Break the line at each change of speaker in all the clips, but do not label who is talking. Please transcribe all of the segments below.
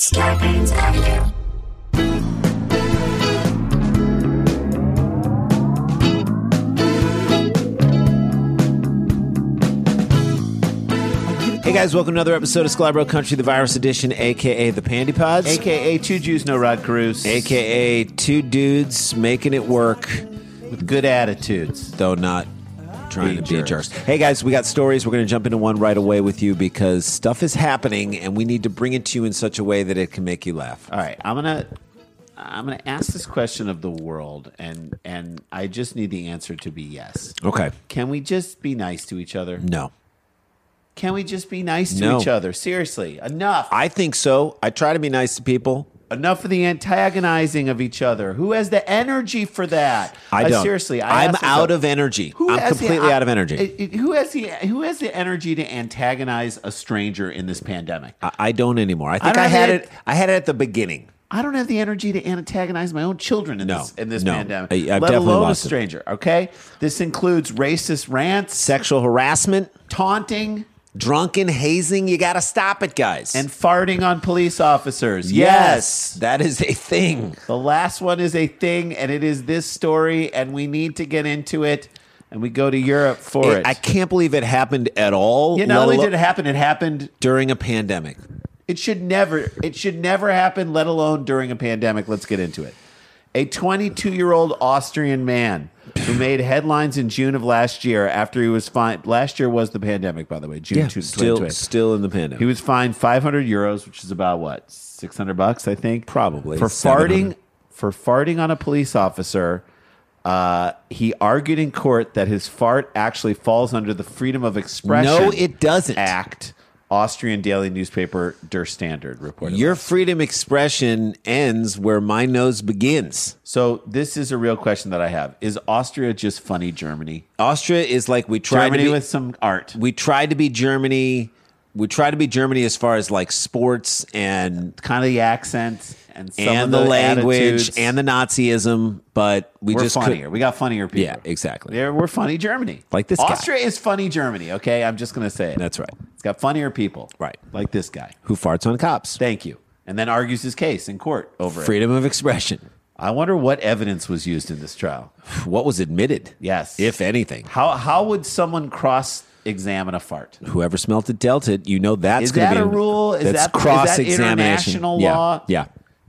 Scarpins Avenue.
Hey guys, welcome to another episode of Scalabro Country, the virus edition, aka the Pandy Pods,
AKA Two Jews, No Rod Carews.
aka two dudes making it work,
with good attitudes.
though not trying
Being
to be a
jerks.
jerks. Hey guys, we got stories. We're going to jump into one right away with you because stuff is happening, and we need to bring it to you in such a way that it can make you laugh.
All right, I'm gonna I'm gonna ask this question of the world, and and I just need the answer to be yes.
Okay,
Can we just be nice to each other?
no,
Can we just be nice to
No.
each other? Seriously, enough.
I think so. I try to be nice to people.
enough of the antagonizing of each other. Who has the energy for that?
I don't.
Uh, seriously, I
I'm
ask this
out of
of-
energy.
Who
I'm
has the-
completely out of energy.
I- I- Who has the Who has the energy to antagonize a stranger in this pandemic?
I, I don't anymore. I think
don't
I, had
have the-
it. I had it at the beginning.
I don't have the energy to antagonize my own children in
No,
this in this
no.
pandemic.
I- I've
let
definitely
alone a
lost it.
stranger. Okay, this includes racist rants,
Sexual harassment.
taunting,
drunken hazing. You got to stop it, guys.
and farting on police officers.
yes,
Yes.
that is a thing.
the last one is a thing, and it is this story, and we need to get into it. And we go to Europe for it.
I can't believe it happened at all.
yeah, not
let
only
alo-
did it happen, it happened.
during a pandemic.
It should never. It should never happen, let alone during a pandemic. Let's get into it. A 22 year old Austrian man who made headlines in June of last year after he was fined. Last year was the pandemic, by the way. June two-
still,
2020.
still in the pandemic.
He was fined 500 euros, which is about what 600 bucks, I think,
Probably,
for
700.
farting for farting on a police officer. Uh, he argued in court that his fart actually falls under the freedom of expression.
No, it doesn't. Ah,
Act. Austrian daily newspaper Der Standard reported.
Your freedom expression ends where my nose begins.
so this is a real question that I have: Is Austria just funny Germany?
Austria is like we tried
Germany
to be,
with some art.
we tried to be Germany. We tried to be Germany as far as like sports and
kind of the accent and some
and the,
of
language
attitudes.
and the Nazism, but we
we're
just could-
funnier. we got funnier people.
Yeah, exactly.
There, we're funny Germany.
Like this guy.
Austria is funny Germany. Okay, I'm just gonna say it.
That's right.
It's got funnier people.
Right.
Like this guy.
Who farts on cops?
Thank you. And then argues his case in court over it.
Freedom of expression.
I wonder what evidence was used in this trial.
what was admitted.
Yes.
If anything.
How how would someone cross examine a fart?
Whoever smelt it dealt it. You know that's
Is
gonna
that
be
a rule? Is
that's
that- is that
cross-examination.
international
Yeah,
law?
Yeah.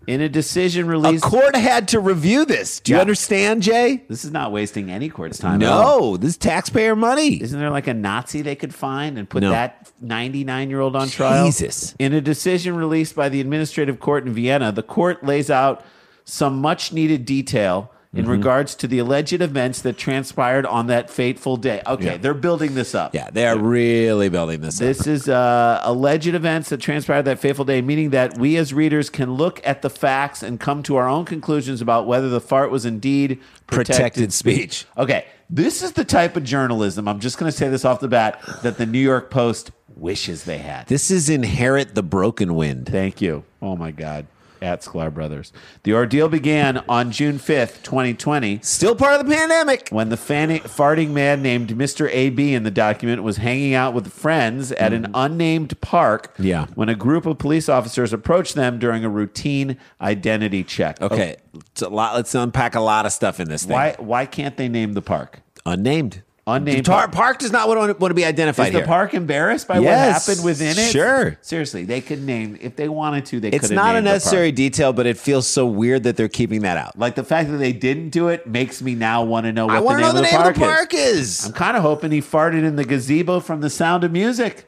In a decision released,
A court had to review this. Do you
Yeah.
understand, Jay?
this is not wasting any court's time. at all.
No, this is taxpayer money.
Isn't there like a Nazi they could find and put
No.
that 99 year old on trial?
Jesus.
In a decision released by the administrative court in Vienna, the court lays out some much needed detail in
Mm-hmm.
regards to the alleged events that transpired on that fateful day. Okay, they're building this up.
Yeah, they are really building this, up.
This is uh, alleged events that transpired that fateful day, meaning that we as readers can look at the facts and come to our own conclusions about whether the fart was indeed
protected, speech.
Okay, this is the type of journalism. I'm just going to say this off the bat that the New York Post wishes they had.
This is Inherit the Broken Wind.
Thank you. Oh my God. At Sklar Brothers. The ordeal began on June 5th, 2020,
Still part of the pandemic.
when the fanny- farting man named Mr. AB in the document was hanging out with friends at an unnamed park
Mm-hmm. Yeah.
when a group of police officers approached them during a routine identity check.
Okay, it's a lot, let's unpack a lot of stuff in this thing.
Why, why can't they name the park?
Unnamed.
Unnamed
Tar-
park.
park. does not want, want to be identified
Is
here.
the park embarrassed by
Yes,
what happened within it?
sure.
Seriously, they could name if they wanted to. They
it's
could.
not a
named the park.
necessary detail, but it feels so weird that they're keeping that out.
Like the fact that they didn't do it makes me now want to know what
I
the
want to
name,
know
of,
the
the
name
park
of the park
is.
is.
I'm kind of hoping he farted in the gazebo from The Sound of Music.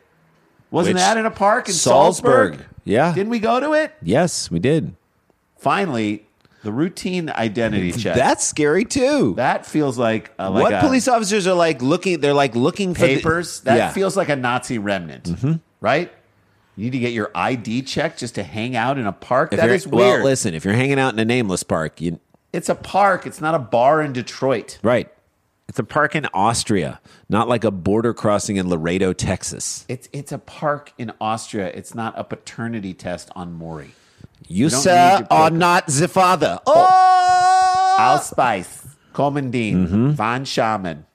Wasn't
Which-
that in a park in
Salzburg.
Salzburg?
Yeah.
Didn't we go to it?
Yes, we did.
Finally, the routine identity check.
That's scary too.
that feels like, uh, like
what
a
police officers are like looking? They're like looking for the-
papers. that
Yeah. Mm-hmm.
feels like a Nazi remnant, right? You need to get your ID checked just to hang out in a park.
If
that
you're-
is weird.
Well, listen, if you're hanging out in a nameless park, you
it's a park. It's not a bar in Detroit.
right. It's a park in Austria, not like a border crossing in Laredo, Texas.
It's it's a park in Austria. It's not a paternity test on Maury.
You,
don't need
sir
to
are
pick-
not the father. Oh,
Allspice, Coleman Dean,
Mm-hmm.
Von Schaman.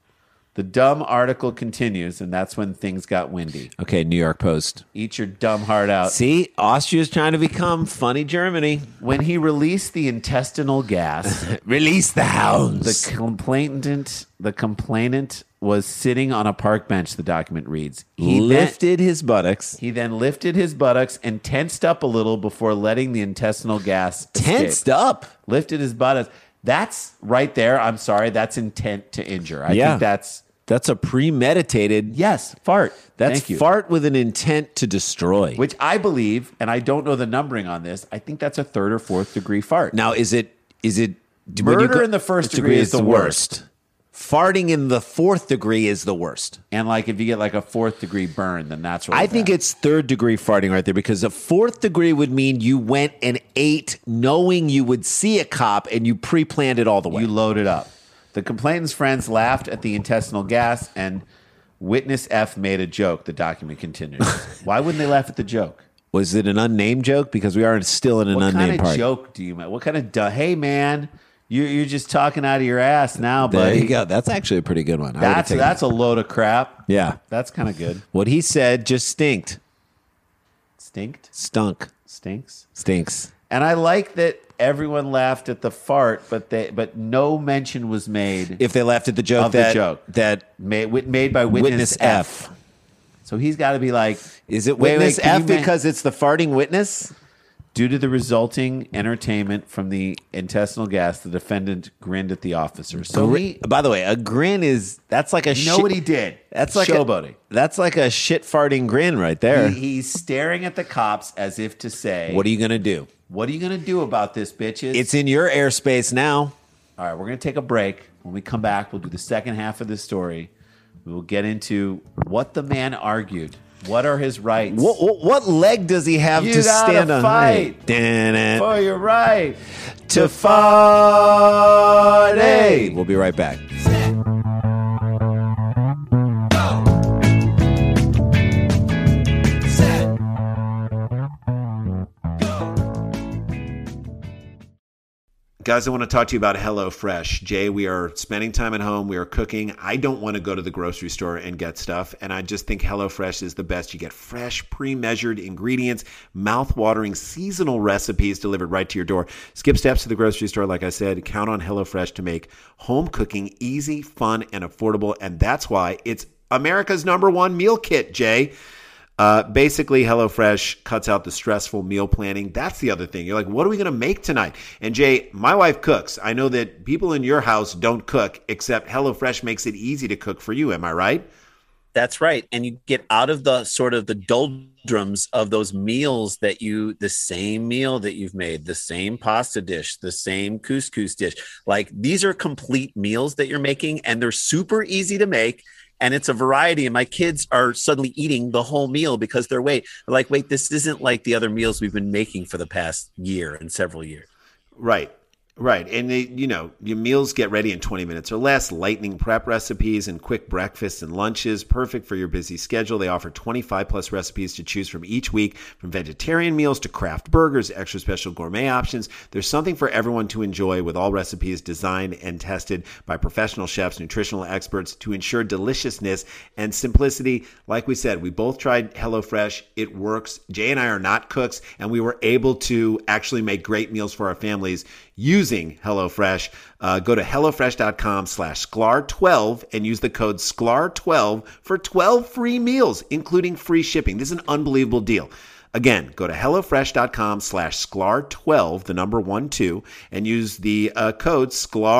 The dumb article continues, and that's when things got windy.
okay. New York Post.
Eat your dumb heart out.
See, Austria's trying to become funny Germany.
When he released the intestinal gas,
Release the hounds.
the complainant, the complainant was sitting on a park bench. The document reads.
he
then-
lifted his buttocks.
he then lifted his buttocks and tensed up a little before letting the intestinal gas escape.
Tensed up.
lifted his buttocks. That's right there. I'm sorry. That's intent to injure. I
Yeah.
think that's
That's a premeditated.
yes, fart.
That's
Thank you.
fart with an intent to destroy.
Which I believe, and I don't know the numbering on this. I think that's a third or fourth degree fart.
Now, is it is it do- when
Murder in the first degree is the
Farting in the fourth degree is the worst.
and like if you get like a fourth degree burn, then that's really
I think
bad.
it's third degree farting right there because a fourth degree would mean you went and ate knowing you would see a cop and you pre planned it all the way.
you load it up. The complainant's friends laughed at the intestinal gas, and witness F made a joke. The document continues. Why wouldn't they laugh at the joke?
Was it an unnamed joke? Because we are still in an
What
unnamed
kind of
part.
joke do you make? What kind of du- hey man, you're you're just talking out of your ass now,
There
buddy.
you go. That's actually a pretty good one. I would've
That's
taken
that's
that.
a load of crap.
yeah.
That's kind of good.
What he said just stinked,
Stinked,
stunk,
stinks.
stinks.
And I like that everyone laughed at the fart, but they but no mention was made
If they laughed at the joke
Of the
that
joke.
that
made, wit- made by witness,
witness
F.
F.
So he's got to be like,
Is it
Wait, wait,
witness F
can you ma-
because it's the farting witness?
Due to the resulting entertainment from the intestinal gas, the defendant grinned at the officer. So
Gri-
he,
By the way, a grin is that's like a
you know
shit,
what he did?
That's like
showboating.
a, that's like a shit farting grin right there.
He- he's staring at the cops as if to say,
what are you gonna do?
What are you going to do about this, bitches?
It's in your airspace now.
All right, we're going to take a break. When we come back, we'll do the second half of this story. We will get into what the man argued. What are his rights?
What, what, what leg does he have
You
to
gotta
stand on?
fight.
Dun, dun,
Oh, you're right.
to fart. Hey, we'll be right back. Guys, I want to talk to you about HelloFresh. Jay, we are spending time at home. We are cooking. I don't want to go to the grocery store and get stuff. And I just think HelloFresh is the best. You get fresh, pre measured ingredients, mouth watering seasonal recipes delivered right to your door. Skip steps to the grocery store. Like I said, count on HelloFresh to make home cooking easy, fun, and affordable. And that's why it's America's number one meal kit, Jay. Uh, basically, HelloFresh cuts out the stressful meal planning. That's the other thing. You're like, what are we going to make tonight? And Jay, my wife cooks. I know that people in your house don't cook, except HelloFresh makes it easy to cook for you. Am I right?
That's right. And you get out of the sort of the doldrums of those meals that you, the same meal that you've made, the same pasta dish, the same couscous dish. Like these are complete meals that you're making and they're super easy to make. And it's a variety. And my kids are suddenly eating the whole meal because they're wait, they're like, wait, this isn't like the other meals we've been making for the past year and several years.
Right.
Right. And they, you know, your meals get ready in 20 minutes or less, lightning prep recipes and quick breakfasts and lunches, perfect for your busy schedule. They offer 25 plus recipes to choose from each week, from vegetarian meals to craft burgers, extra special gourmet options. There's something for everyone to enjoy with all recipes designed and tested by professional chefs, nutritional experts to ensure deliciousness and simplicity. Like we said, we both tried HelloFresh. It works. Jay and I are not cooks, and we were able to actually make great meals for our families using HelloFresh. Uh, go to HelloFresh.com slash SCLAR12 and use the code SCLAR12 for 12 free meals, including free shipping. This is an unbelievable deal. Again, go to HelloFresh.com slash SCLAR12, the number one, two, and use the uh, code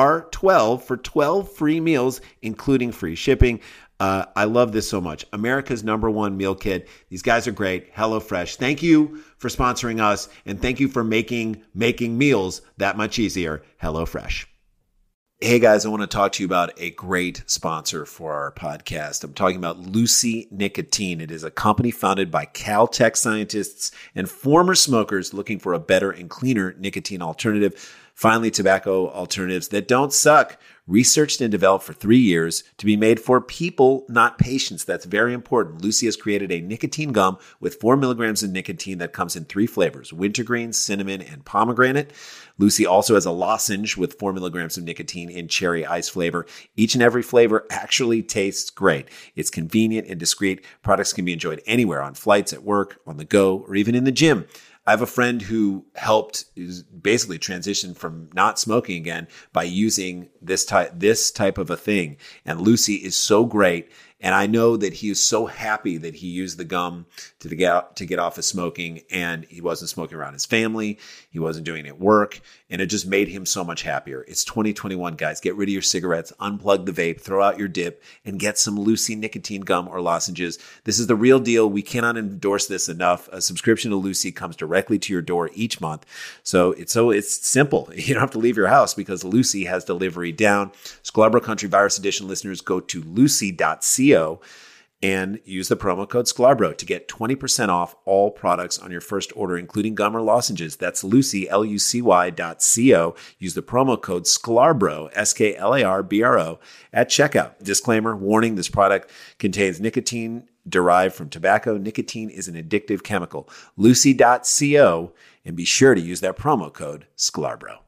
SCLAR12 for 12 free meals, including free shipping. Uh, I love this so much. America's number one meal kit. These guys are great. HelloFresh. Thank you for sponsoring us, and thank you for making making meals that much easier. HelloFresh. Hey guys, I want to talk to you about a great sponsor for our podcast. I'm talking about Lucy Nicotine. It is a company founded by Caltech scientists and former smokers looking for a better and cleaner nicotine alternative. Finally, tobacco alternatives that don't suck researched and developed for three years to be made for people, not patients. That's very important. Lucy has created a nicotine gum with four milligrams of nicotine that comes in three flavors wintergreen, cinnamon, and pomegranate. Lucy also has a lozenge with four milligrams of nicotine in cherry ice flavor. Each and every flavor actually tastes great. It's convenient and discreet. Products can be enjoyed anywhere on flights, at work, on the go, or even in the gym. I have a friend who helped is basically transition from not smoking again by using this type this type of a thing. And Lucy is so great, and I know that he is so happy that he used the gum to get out, to get off of smoking, and he wasn't smoking around his family. He wasn't doing it at work, and it just made him so much happier. It's 2021, guys. Get rid of your cigarettes, unplug the vape, throw out your dip, and get some Lucy nicotine gum or lozenges. This is the real deal. We cannot endorse this enough. A subscription to Lucy comes directly to your door each month. So it's so it's simple. You don't have to leave your house because Lucy has delivery down. Scarborough Country Virus Edition listeners go to lucy.co and use the promo code Scarborough to get 20% off all products on your first order, including gum or lozenges. That's Lucy, L-U-C-Y dot C-O. Use the promo code Scarborough, S-K-L-A-R-B-R-O at checkout. Disclaimer, warning, this product contains nicotine derived from tobacco. Nicotine is an addictive chemical. Lucy.co and be sure to use that promo code Scarborough.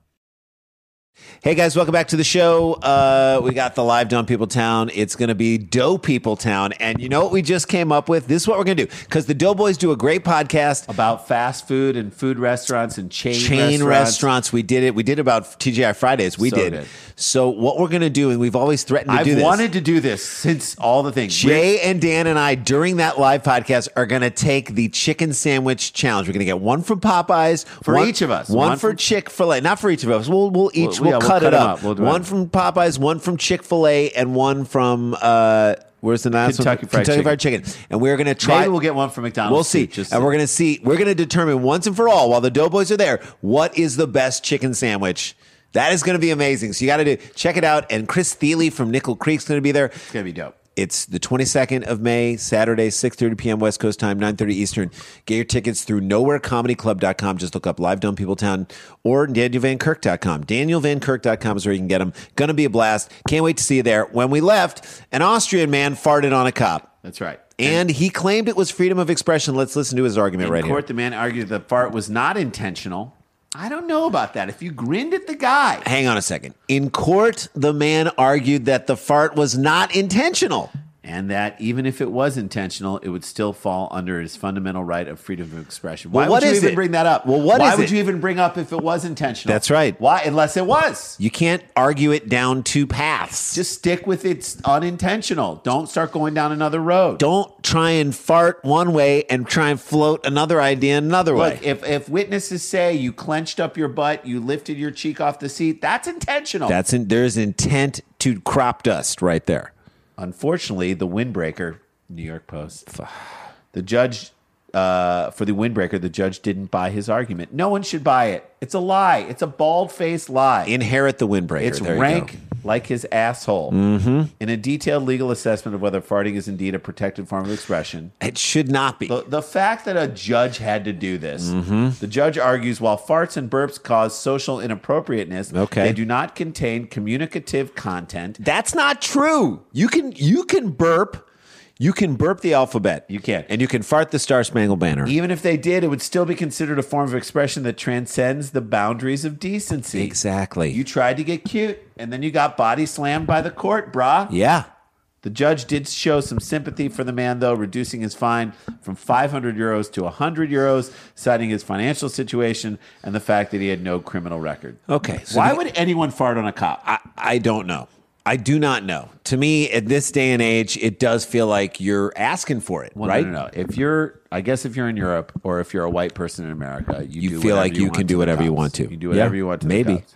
Hey guys, welcome back to the show. Uh, we got the live Dumb People Town. It's going to be Dough People Town. And you know what we just came up with? This is what we're going to do because the Doughboys do a great podcast
about fast food and food restaurants and chain,
chain
restaurants.
restaurants. We did it. We did about TGI Fridays. We
So
did.
good.
So what we're going to do, and we've always threatened to
I've
do this.
wanted to do this since all the things.
Jay and Dan and I during that live podcast are going to take the chicken sandwich challenge. We're going to get one from Popeyes
For
one-
each of us.
one,
One
for
from-
Chick Fil A, not for each of us. We'll we'll each
Well,
we'll,
yeah, we'll
cut,
cut
it
'em
up.
up. We'll do
one
it.
from Popeyes, one from Chick Fil A, and one from uh, where's the last
Kentucky
one?
Fried
Kentucky
Chicken.
Fried Chicken. And we're going to try.
Maybe we'll get one from McDonald's.
We'll see.
too, Just
and we're going to see. We're going to determine once and for all while the Doughboys are there what is the best chicken sandwich. That is going to be amazing. So you got to do check it out. And Chris Thiele from Nickel Creek's going to be there.
gonna be dope.
It's the 22nd of May, Saturday, 6.30 p.m. West Coast time, 9.30 Eastern. Get your tickets through nowherecomedyclub.com. Just look up Live Dumb People Town or danielvankirk.com. Danielvankirk.com is where you can get them. Gonna be a blast. Can't wait to see you there. When we left, an Austrian man farted on a cop.
That's right.
And he claimed it was freedom of expression. Let's listen to his argument
In
right
court, the man argued the fart was not intentional. I don't know about that. If you grinned at the guy,
here. Hang on a second. In court, the man argued that the fart was not intentional.
and that even if it was intentional, it would still fall under his fundamental right of freedom of expression. Why
Well, what
would you
is
even
it?
bring that up?
Well, what
Why
is
would
it?
you even bring up if it was intentional?
That's right.
Why, unless it was?
You can't argue it down two paths.
Just stick with it's unintentional. Don't start going down another road.
don't try and fart one way and try and float another idea another
Look,
way.
if, if witnesses say you clenched up your butt, you lifted your cheek off the seat, that's intentional.
That's in, there's intent to crop dust right there.
Unfortunately, the windbreaker, New York Post. The judge uh, for the windbreaker, the judge didn't buy his argument. No one should buy it. It's a lie. It's a bald faced lie.
Inherit the windbreaker.
it's
There you
rank
go.
like his asshole.
Mm-hmm.
In a detailed legal assessment of whether farting is indeed a protected form of expression,
It should not be. Mm-hmm.
the, the fact that a judge had to do this, the judge argues while farts and burps cause social inappropriateness,
Okay.
they do not contain communicative content.
That's not true. You can you can burp. You can burp the alphabet.
You can.
And you can fart the Star Spangled Banner.
Even if they did, it would still be considered a form of expression that transcends the boundaries of decency.
Exactly.
You tried to get cute, and then you got body slammed by the court, brah.
yeah.
The judge did show some sympathy for the man, though, reducing his fine from 500 euros to 100 euros, citing his financial situation and the fact that he had no criminal record.
Okay. so
Why
the-
would anyone fart on a cop?
I, I don't know. I do not know. To me, at this day and age, it does feel like you're asking for it,
Well,
right?
No, no, no. If you're, I guess, if you're in Europe or if you're a white person in America, you,
You
do
feel
whatever
like you
want
can
to
do
the
whatever you
cops.
want to.
You do whatever
Yeah,
you want to.
maybe.
the cops.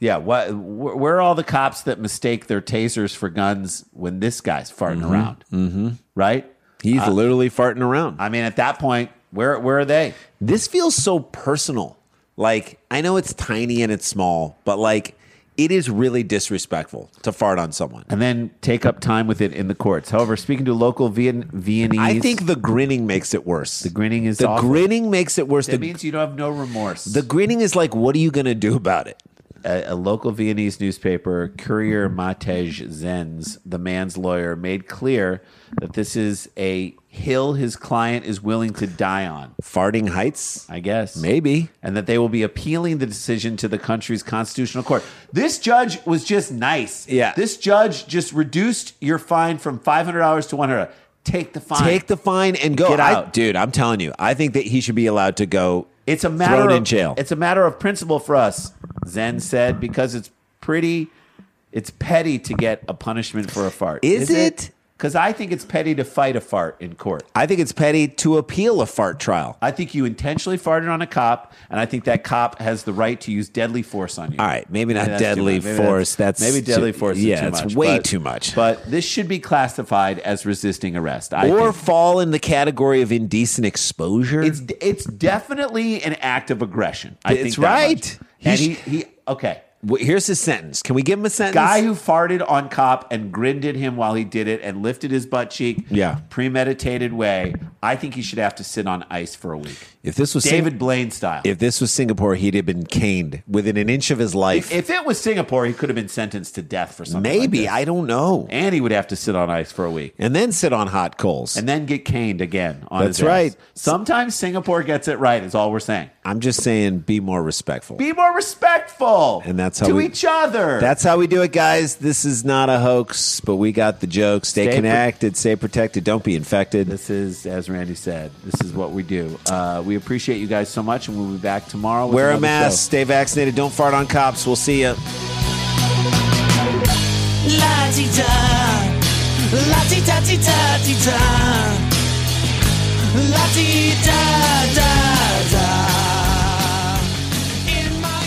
Yeah. What? Wh- where are all the cops that mistake their tasers for guns when this guy's
Mm.
farting around? Mm-hmm. Right.
He's
Uh,
literally farting around.
I mean, at that point, where where are they?
this feels so personal. Like, I know it's tiny and it's small, but like, it is really disrespectful to fart on someone.
And then take up time with it in the courts. However, speaking to local Vien- Viennese,
I think the grinning makes it worse. The
grinning is
the
awful.
grinning makes it worse.
that
The,
means you don't have no remorse.
the grinning is like, what are you gonna do about it?
a, a local Viennese newspaper, Courier Matej Zenz, the man's lawyer, made clear that this is a hill his client is willing to die on,
Farting heights?
I guess.
Maybe.
And that they will be appealing the decision to the country's constitutional court. This judge was just nice.
Yeah.
This judge just reduced your fine from $500 to 100 Take the fine.
Take the fine and go.
Get
I-
out.
dude, I'm telling you, I think that he should be allowed to go.
It's a matter
thrown
of
in jail.
It's a matter of principle for us, Zen said, because it's pretty, it's petty to get a punishment for a fart.
Is it?
Because I think it's petty to fight a fart in court.
I think it's petty to appeal a fart trial.
I think you intentionally farted on a cop, and I think that cop has the right to use deadly force on you.
All right, maybe not
Maybe that's too
deadly
much. Maybe
force. That's,
maybe deadly
too-
force.
Yeah,
is too
it's
much,
way
but-
too much.
But this should be classified as resisting arrest. I
or
think.
fall in the category of indecent exposure.
it's it's definitely an act of aggression. I
It's
think that much.
right. He
And
sh-
he, he okay.
Wh- Here's his sentence. Can we give him a sentence?
guy who farted on cop and grinned at him while he did it and lifted his butt cheek
Yeah.
premeditated way i think he should have to sit on ice for a week
if this was Sing-
david blaine style if,
if this was Singapore, he'd have been caned within an inch of his life.
if it was singapore he could have been sentenced to death for something
Maybe
like this.
I don't know.
and he would have to sit on ice for a week
And then sit on hot coals. And
and then get caned again on
That's
his ass.
right.
sometimes singapore gets it right is all we're saying
I'm just saying, be more respectful.
be more respectful
And that's how
to
we-
each other
That's how we do it, guys. This is not a hoax, but we got the joke. Stay,
Stay pro-
connected, stay protected, don't be infected.
This is, as Randy said, this is what we do. Uh, we appreciate you guys so much, and we'll be back tomorrow. With
Wear a
another
mask,
show.
stay vaccinated, don't fart on cops. We'll see you.
La-di-da, la-di-da-di-da-di-da, la-di-da-da-da. In my